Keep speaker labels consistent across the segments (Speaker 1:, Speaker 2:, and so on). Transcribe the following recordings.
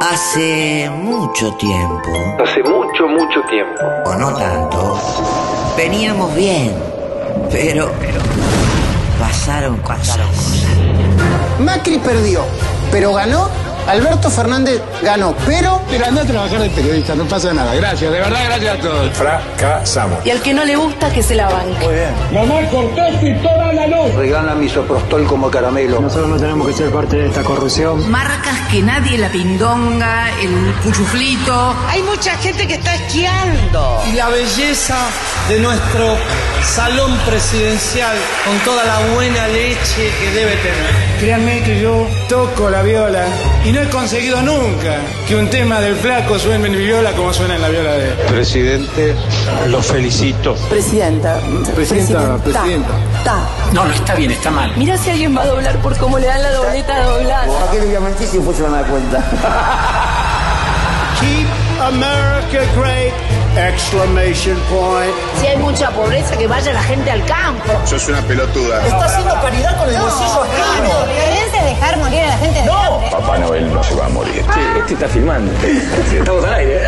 Speaker 1: Hace mucho tiempo,
Speaker 2: Hace mucho, mucho tiempo.
Speaker 1: o no tanto, veníamos bien, pero pasaron cosas.
Speaker 3: Macri perdió, pero ganó. Alberto Fernández ganó, pero
Speaker 4: Pero anda a trabajar de periodista, no pasa nada. Gracias, de verdad, gracias a todos.
Speaker 5: Fracasamos.
Speaker 6: Y al que no le gusta, que se la banque.
Speaker 2: Regalan misoprostol como caramelo.
Speaker 7: Nosotros no tenemos que ser parte de esta corrupción.
Speaker 6: Marcas que nadie, la pindonga, el cuchuflito. Hay mucha gente que está esquiando.
Speaker 8: y la belleza de nuestro salón presidencial con toda la buena leche que debe tener. Créanme que yo toco la viola y no he conseguido nunca que un tema del flaco suene en mi viola como suena en la viola de él.
Speaker 4: Presidente, lo felicito.
Speaker 9: Presidenta.
Speaker 4: Presidenta, presidenta.
Speaker 9: Ta.
Speaker 10: No, no está bien, está mal.
Speaker 6: Mirá si alguien va a doblar por cómo le dan la dobleta a doblar.
Speaker 8: Keep America great! Exclamation point.
Speaker 6: Si hay mucha pobreza, que vaya la gente al campo.
Speaker 5: Sos una pelotuda.
Speaker 3: está haciendo paridad con el bolsillo ajeno.
Speaker 6: dejar morir a la gente de
Speaker 5: Papá Noel no se va a morir.
Speaker 10: este está filmando. Estamos al aire.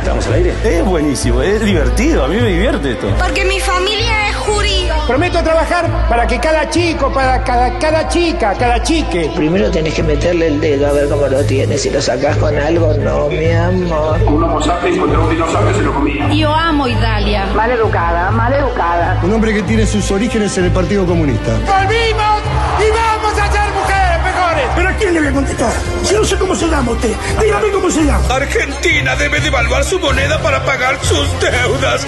Speaker 10: Estamos al aire.
Speaker 4: Es buenísimo, es divertido, a mí me divierte esto.
Speaker 6: Porque mi familia es judío.
Speaker 8: Prometo trabajar para que cada chico, para cada, cada chica, cada chique.
Speaker 7: Primero tenés que meterle el dedo a ver cómo lo tienes. Si lo sacás con algo, no, mi amor.
Speaker 5: Un homo sapiens contra un dinosaurio se lo comía.
Speaker 6: Yo amo Italia. Mal educada, mal educada.
Speaker 4: Un hombre que tiene sus orígenes en el Partido Comunista.
Speaker 8: ¡Volvimos y vamos a ser mujeres mejores! ¿Pero a quién le voy a contestar? Si no sé cómo se llama usted, dígame cómo se llama.
Speaker 4: Argentina debe devaluar su moneda para pagar sus deudas.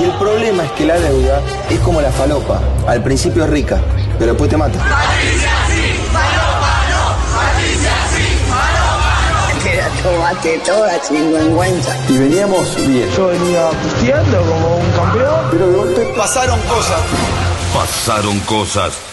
Speaker 2: Y el problema es que la deuda es como la falopa. Al principio es rica, pero después te mata.
Speaker 9: Tomate toda chingüengüenza.
Speaker 2: Y veníamos bien. Yo venía pisteando como un campeón. Pero de golpe
Speaker 3: Pasaron cosas.
Speaker 5: Pasaron cosas